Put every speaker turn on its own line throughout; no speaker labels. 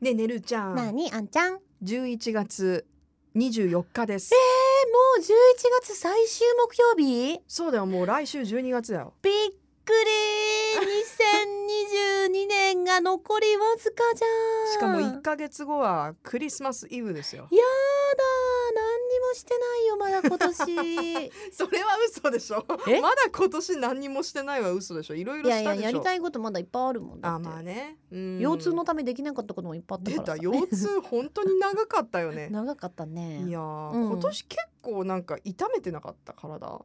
ねえねるちゃ
なんにあんちゃんえー、もう
11月24日です
11月最終木曜日
そうだよもう来週12月だよ
びっくり2022年が残りわずかじゃん
しかも1ヶ月後はクリスマスイブですよ
やだ何にもしてないよまだ 今年
それは嘘でしょ
え
まだ今年何にもしてないは嘘でしょいろい
い
ろ
や
し
い
た
や
でしょ
やりたいことまだいっぱいあるもんだ
あ
って、
まあね、うん
腰痛のためできなかったこともいっぱいあった
出
から
た
さ
腰痛本当に長かったよね
長かった ね
い
い
や
や
ー、
うん
今年結構なんか痛めてなかった 体、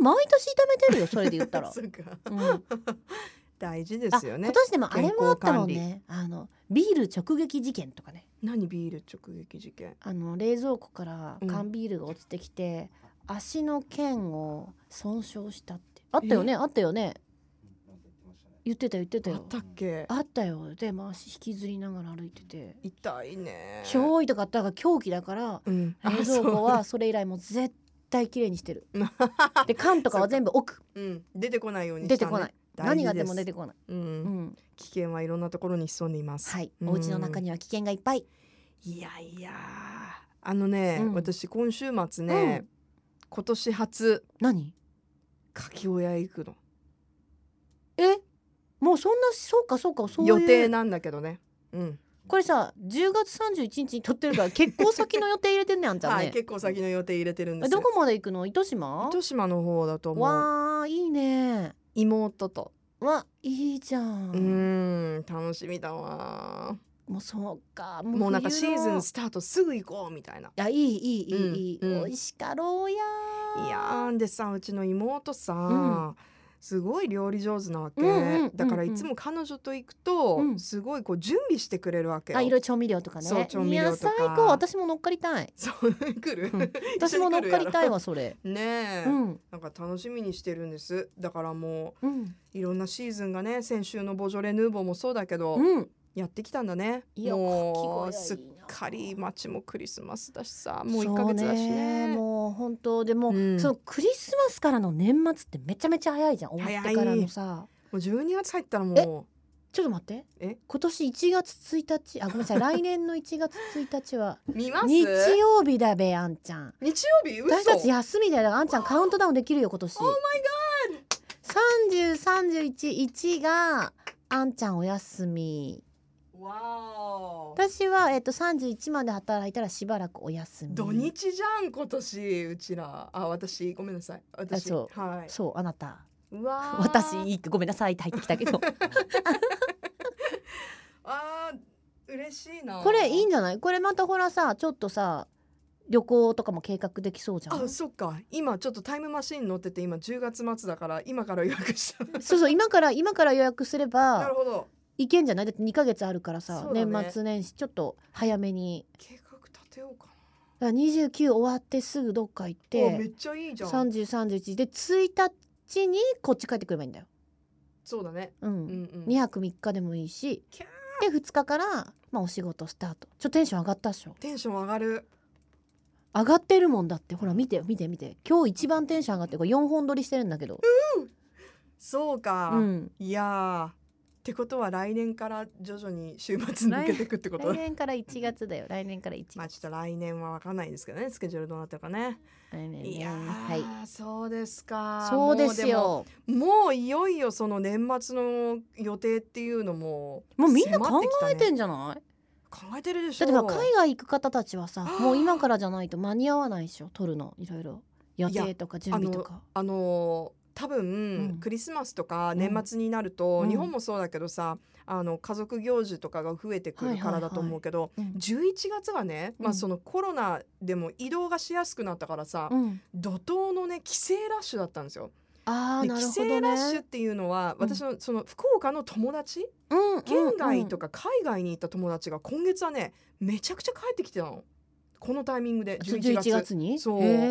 毎年痛めてるよそれで言った ら
そうか
うん、あ
大事で
今
すよね
年でもあれもあったもんねあのビール直撃事件とかね
何ビール直撃事件
あの冷蔵庫から
うん
缶ビールが落ちてきて、足の腱を損傷したってあったよねあったよね言ってた言ってた
あ
よ
ったっけ
あったよでまあ足引きずりながら歩いてて
痛いね
超痛かったが狂気だから
うん、あ
冷蔵庫はそれ以来もう絶対綺麗にしてるで缶とかは全部奥
そううん、出てこないように
出てこない、何があっても出
て、
てこない、
う、
うんん、
危険はいろんなところに潜んでいます、
はい
うん
お家の中には危険がいっぱい
いやいやあのね、
うん
私今週末ね、
うん
今年初
何
牡蠣親行くの
えもうそんなそうかそうかそういう
予定なんだけどねうん、
これさ10月31日に撮って るから結構先の予定入れてんねあんちゃん
は
ね、
い、結構先の予定入れてるんで
え
すよ
どこまで行くの糸島
糸島の方だと思う
わーいいね
妹と
わいいじゃん、
うーん楽しみだわ
もうそうかも
もうなんかシーズン
い
スタートすぐ行こうみたいな
やいいいいいいいい、
うんうん
美味しかろうや
いやーでさうちの妹さ、
う
すごい料理上手なわけ、
うんうんうんうん
だからいつも彼女と行くと、
うん
すごいこう準備してくれるわけよ
あいろいろ調味料とかね
そう調味料とか
いや最高私も乗っかり たい
そう来る、
うん私も乗っかりたいわそ れ
ねえ、
うん
なんか楽しみにしてるんですだからも
うん
ういろんなシーズンがね先週のボジョレ・ヌーボーもそうだけど、
うん
やってきたんだね
いや
も
か
う
き小屋いいな
すっかり街もクリスマスだしさもう1ヶ月
そう
だしね
もう本当でも、
うん
そのクリスマスからの年末ってめちゃめちゃ早いじゃん終わってからのさ
もう12月入ったらも
ちょっと待って
え
今年1月1日あごめんなさい来年の1月1 日は
う見ます
日曜日だべあんちゃん
日曜日嘘
私たち休みだよだからあんちゃんカウントダウンできるよ今年
Oh
30311があんちゃんお休み
わー
私は、えっと31まで働いたらしばらくお休み
土日じゃん今年うちらあ私ごめんなさい私
そ
は
そうあなた
いうわー
私いいごめんなさいって入ってきたけど
あー嬉しいな
これいいん
じ
じゃないこれまたほらさちょっとさ旅行とかも計画できそうじゃん
あそっか今ちょっとタイムマシン乗ってて今10月末だから今から予約した
そうそう今から今から予約すれ
な
ば
るほど
いけんじゃないだって2ヶ月あるからさ、
そうだね
年末年始ちょっと早めに
計画立てようか
だから29終わってすぐどっか行っ
なあめ
て
っちゃいいじゃん
3031で1日にこっち帰ってくればいいんだよ、
そうだね
うん
うんうん
2泊3日でもいいし
キャ
で2日から、まあ、お仕事スタートちょテンション上がったっしょ
テンション上がる
上がってるもんだってほら見て見て見て今日一番テンション上がってこれ4本撮りしてるんだけど、
そうか、
うん、
いやーってことは来年から徐々に週末抜けていくってこと
来
だ
年から1月だよ来年から1月、
まあちょっと来年は分かんないですけどねスケジュールどうなってるかね
来年
いやー、
はい
そうですか
そうですよ
もうでももういよいよその年末の予定っていうのも
もうみんな
迫っ
考
きたね
えてんじゃない
考えてるでし
だ
ょ
ってほら海外行く方たちはさ
あー
もう今からじゃないと間に合わないでしょ撮るのいろいろ予定とか準備とか
あのー多分、
ん
クリスマスとか年末になると、
うん
日本もそうだけどさあの家族行事とかが増えてくるからだと思うけど、
うん
11月はね、ま
う
あ、
ん
そのコロナでも移動がしやすくなったからさ、
うん
怒涛のね帰省ラッシュだったんですよ。
あ
で
ーな
帰
るほ
省
ど
ラッシュっ
ね
ていうのは、
うん
私のその福岡の友達
うん
県外と
か
か海外に行った友達が今月はねめちゃくちゃ帰ってきてたのこのタイミングで11
11
月
月に
そう
へ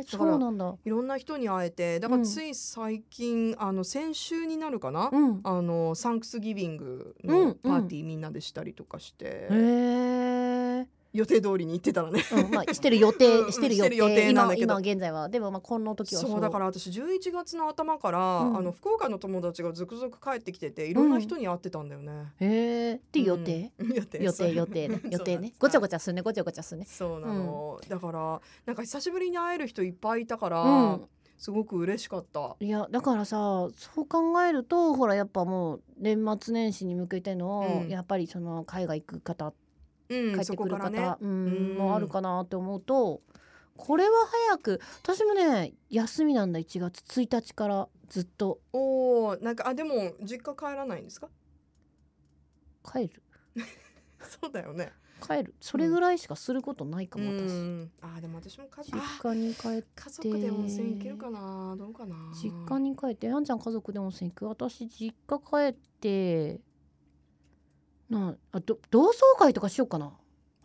ー
だ
そ
から
うなんだ
いろんな人に会えてだから
うん
つい最近、あの先週になるかな、
うん
あのサンクスギビング
うんう
の
ん
パーティーみんなでしたりとかして、
へー
予定通りに行ってたらね
うんまあ、してる 予
うんう
定
ん
してる予
してる予
定
定なん
今
だけど
今現在はでもまあこの時は
そうだから私11月の頭から、
うん
あの福岡の友達が続々帰ってきてていろんな人に会ってたんだよね。
へえって予定、
うん、 予定
予
そう
定予定 ね
そう
予定ね
そ
ご
う
ちゃごちゃすんねごちゃごちゃすんね
そうなの、だからなんか久しぶりに会える人いっぱいいたから、
うん
すごく嬉しかった。
いやだからさそう考えるとほらやっぱもう年末年始に向けての、
うん
やっぱりその海外行く方
うん、
帰っ
そ
て
こ
くる
から
方、
ね。
うん
うん
もあるかなって思うとこれは早く私もね休みなんだ1月1日からずっと
おお、なんかあでも実家帰らないんですか？
帰る
そうだよね。
帰るそれぐらいしかすることないか
う
も、私
ん。あーでも私も家族あ
実家に帰って
家族で温泉行けるかな、どうかな。
実家に帰ってあんちゃん家族で温泉行く私実家帰ってなあど同窓会とかしようかないあ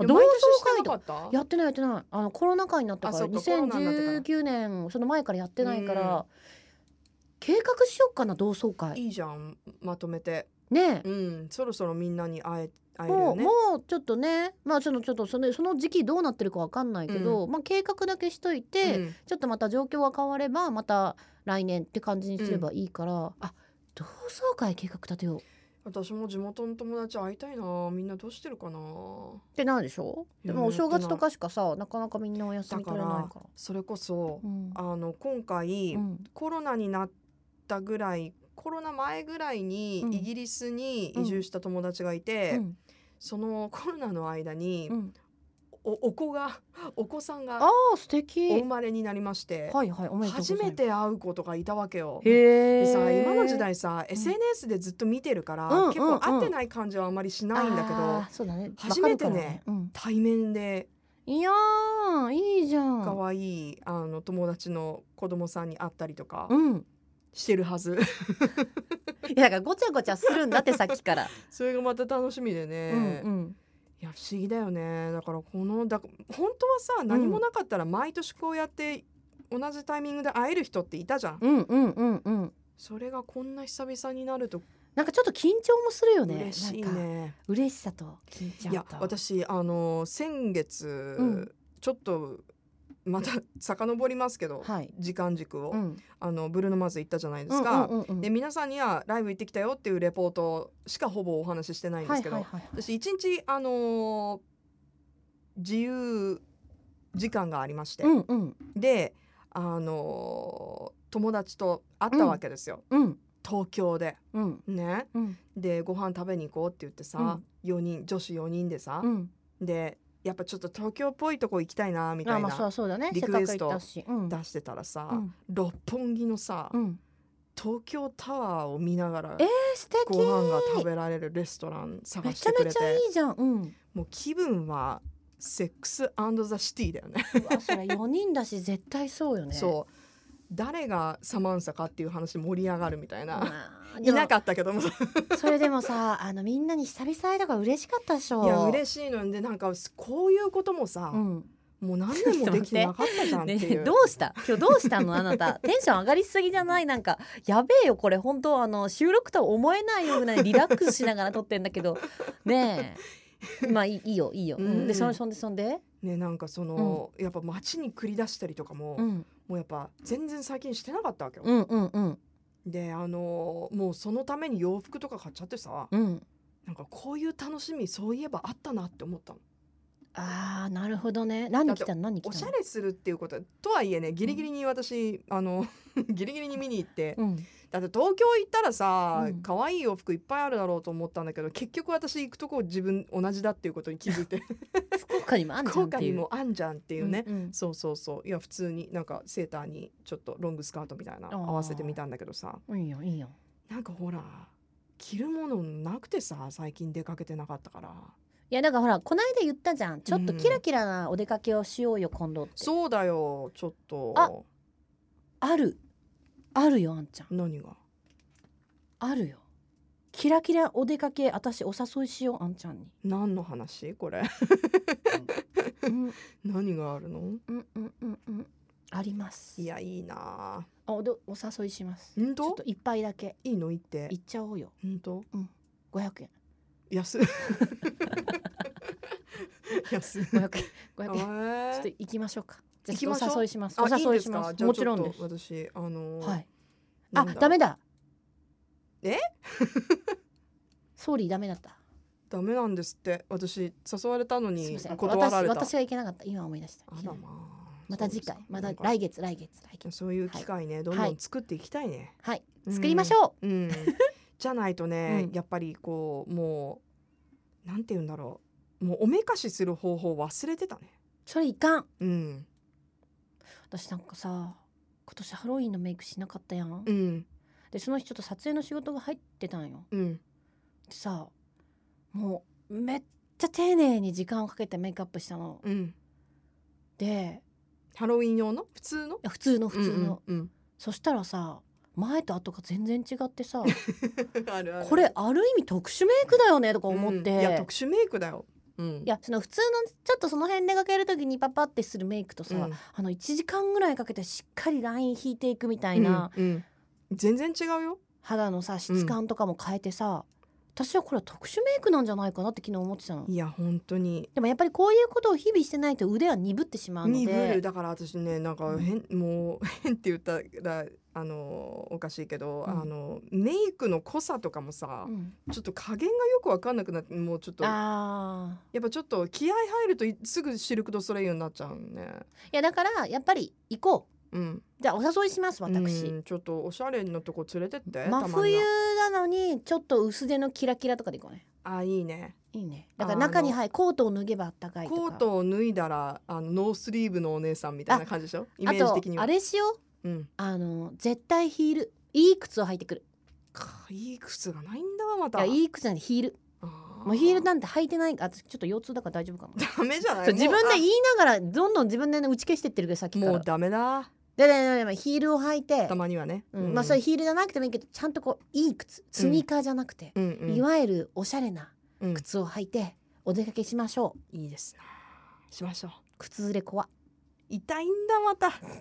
や
同
毎
窓
年して
会
な
と
か
か
った？
やってないやってないあのコロナ禍になったか
あそ
ら
っかコロナになってから
2019年その前からやってないから計画しようかな同窓会
いいじゃんまとめて。
ねえ
うん、そろそろみんなに会え会える
も
よ
う
ね
も。うちょっとねまあちょっとちょっとそのその時期どうなってるかわかんないけど、まあ計画だけしといて、
うん
ちょっとまた状況が変わればまた来年って感じにすればいいから、あ同窓会計画立てようっ
私も地元の友達会いたいなみんなどうしてるかな
てなるでしょ
いや
でもお正
やってな
月
い
とかしかさなかなかみんなお休み取れないから
だそれこそ
うん
あの今回、
うん
コロナになったぐらいコロナ前ぐらいに
うん
イギリスに移住した友達がいて、
うん
そのコロナの間に、
うん
おお子が お子さん
あ
が
あ素敵
お生まれになりまして、
はいはいおめでとうござ
初
います
めて会う子とかいたわけよ。
へ
で
え
さ今の時代さ、SNS でずっと見てるから、
うん
結構
うん
会
う
っ
ん
てない感じはあんまりしないんだけど、
あーそうだね
初めてね
わかるからうん
対面で
いやーいいじゃん
可愛い、あの友達の子供さんに会ったりとか
うん
してるはず
いやだからごちゃごちゃするんだってさっきから、
それがまた楽しみでね、
うんうん
いや不思議だよねだからこのだ本当はさ何もなかったら毎年こうやって同じタイミングで会える人っていたじゃん、
うんうんうんうん
それがこんな久々になると
なんかちょっと緊張もするよね
嬉しい
なんか
ね
嬉しさと緊張と
いや私あの先月、
ん
ちょっとまた遡りますけど、
はい
時間軸を、
うん
あのブルーノマーズ行ったじゃないですか、
うんうんうんうん
で皆さんにはライブ行ってきたよっていうレポートしかほぼお話ししてないんですけど、
はいはいはい
私一日あのー自由時間がありまして、
うんうん
であのー友達と会ったわけですよ、
うん
東京で
うん
ね
うん
でご飯食べに行こうって言ってさ、4人女子4人でさ、
うん
でやっぱちょっと東京っぽいとこ行きたいなみた
あ
い
まあそう
な
そうだね
リ
せっ
ク
か
エ
く
ス
行
ト
ったしうん
出してたらさ、
うん
六本木のさ、
うん
東京タワーを見ながら
えー素敵
ご飯が食べられるレストラン探
め
し
ちゃ
てく
め
れ
ちゃい
て
いじゃんうん
もう気分はセックスザ・シティだよね
うわそれ4人だし絶対そうよね
そう誰がサマンサかっていう話盛り上がるみたいな、
う
いな
か
かったけどもい
それでもさあのみんなに久々会えたから嬉しかったでしょ
や
し
嬉しいのにでなんかすこういうこともさ、
うん
もう何年もできてなかったじゃんって
ね
い
え
う。
どうした今日どうしたのあな たテンション上がりすぎじゃないなんかやべえよこれ本当あの収録とは思えないようなリラックスしながら撮ってんだけどね えまあいいいいよいいよ、
うん
でそんそんでそんで、
ねなんかその、やっぱ街に繰り出したりとかも、
うん、
もうやっぱ全然最近してなかったわけよ。
うんうんうん
であのーもうそのために洋服とか買っちゃってさ、
うん
なんかこういう楽しみそういえばあったなって思ったの。
あーなるほどね何来たの何来た
お
の
しゃれするっていうこととはいえねギリギリに私、あ のギリギリに見に行って、
うん、
だって東京行ったらさ
うん
可愛、い洋服いっぱいあるだろうと思ったんだけど結局私行くとこ自分同じだっていうことに気づいて
福岡 にもあんじゃ
福
んっ
岡
て
に
いう
もあんじゃんっていうね。
うんうん
そうそうそういや普通になんかセーターにちょっとロングスカートみたいな
あー
合わせてみたんだけどさ
いいよいいよ
なんかほら着るものなくてさ最近出かけてなかったから
いやだからほらこないだ言ったじゃんちょっとキラキラなお出かけをしようよ今度って、
そうだよちょっと
ああるあるよあんちゃん
何が
あるよキラキラお出かけ私お誘いしようあんちゃんに、
何の話これ
うん、
何があるの
うんうんうんうんあります
いやいいな
あおでお誘いします
ぁほん
ちょっ
と
と一杯だけ
いいの言って
行っちゃおうよ
ほんと
500円
安い安安い。
五百円五
え
百円ちょっと
ー
行きましょうか。じゃあ
行きましょう
お誘いします。
あ
お
いい
誘い
で
し
す
ま
か
す。
じゃあ
もちろん
ょっ
で
と
す。
私あのー
はい。
な
あ
んだろう
ダメだ。
え？
総理ダメだった。
ダメなんですって私誘われたの
すみ
に
ません。
断ら
私
れた。
私が行けなかった。今思い出した。
あらまあ。
また次回、また
来
来月来月来月。
そういう機会ね、どんどん作っていきたいね。
はい。
ん
作りましょ
うん じゃないとね、
うん
やっぱりこうもうなんて言うんだろうもうおめかしする方法忘れてたね。
う。それいかん。
うん
私なんかさ。今年ハロウィンのメイクしなかったやん
う、ん
でその日ちょっと撮影の仕事が入ってたんよ
うん
でさもうめっちゃ丁寧に時間をかけてメイクアップしたの、
うん。
で
ハロウィン用の普通の
いや普通の普通の、
うん
そしたらさ前と後が全然違ってさ
うんうん あるある
これある意味特殊メイクだよねとか思って、
うんい
い
や
や
特殊メイクだよ。うん。
その普通のちょっとその辺出かける時にパパってするメイクとさ、
うん
あの1時間ぐらいかけてしっかりライン引いていくみたいな
うんうん全然違うよ。
肌のさ質感とかも変えてさ、私はこれは特殊メイクなんじゃないかなって昨日思ってたの。
いや本当に
でもやっぱりこういうことを日々してないと腕は鈍ってしまうの
鈍る
で
だから私ねなんか変、もう 変って言ったらあのおかしいけど、
うん
あのメイクの濃さとかもさ
う、ん、
ちょっと加減がよく分かんなくなってもうちょっとや
あ
っぱちょっと気合入るといすぐシルク・ドゥ・ソレイユになっちゃうね。
ーいやだからやっぱり行こ
うん、
うじゃあお誘いします私。
うんちょっとおしゃれのとこ連れてって
真
たまに
冬なのにちょっと薄手のキラキラとかでいこうね
あいいね
いいねだか
あ
ら
の
中にはいコートを脱げばあったかいとか
コートを脱いだらあのノースリーブのお姉さんみたいな感じでしょイメージ的には
あとあれしよう
うん、
あの絶対ヒールいい靴を履いてくる
かいい靴がないんだわま
い
た
やいい靴なんでヒール
あ
もうヒールなんて履いてないあ私ちょっと腰痛だから大丈夫かも
ダメじゃない
そう自分で
い
言いながらどんどん自分でね打ち消してってるけどさっきか
も
ら
うダメだ
でででででヒールを履いて
た、まにはね、
うんまあそれヒールじゃなくてもいいけどちゃんとこういい靴スニーカーじゃなくて、
うんうん
いわゆるおしゃれな
うん
靴を履いてお出かけしましょう
いいですねしましょう
靴ずれ怖
痛いんだまた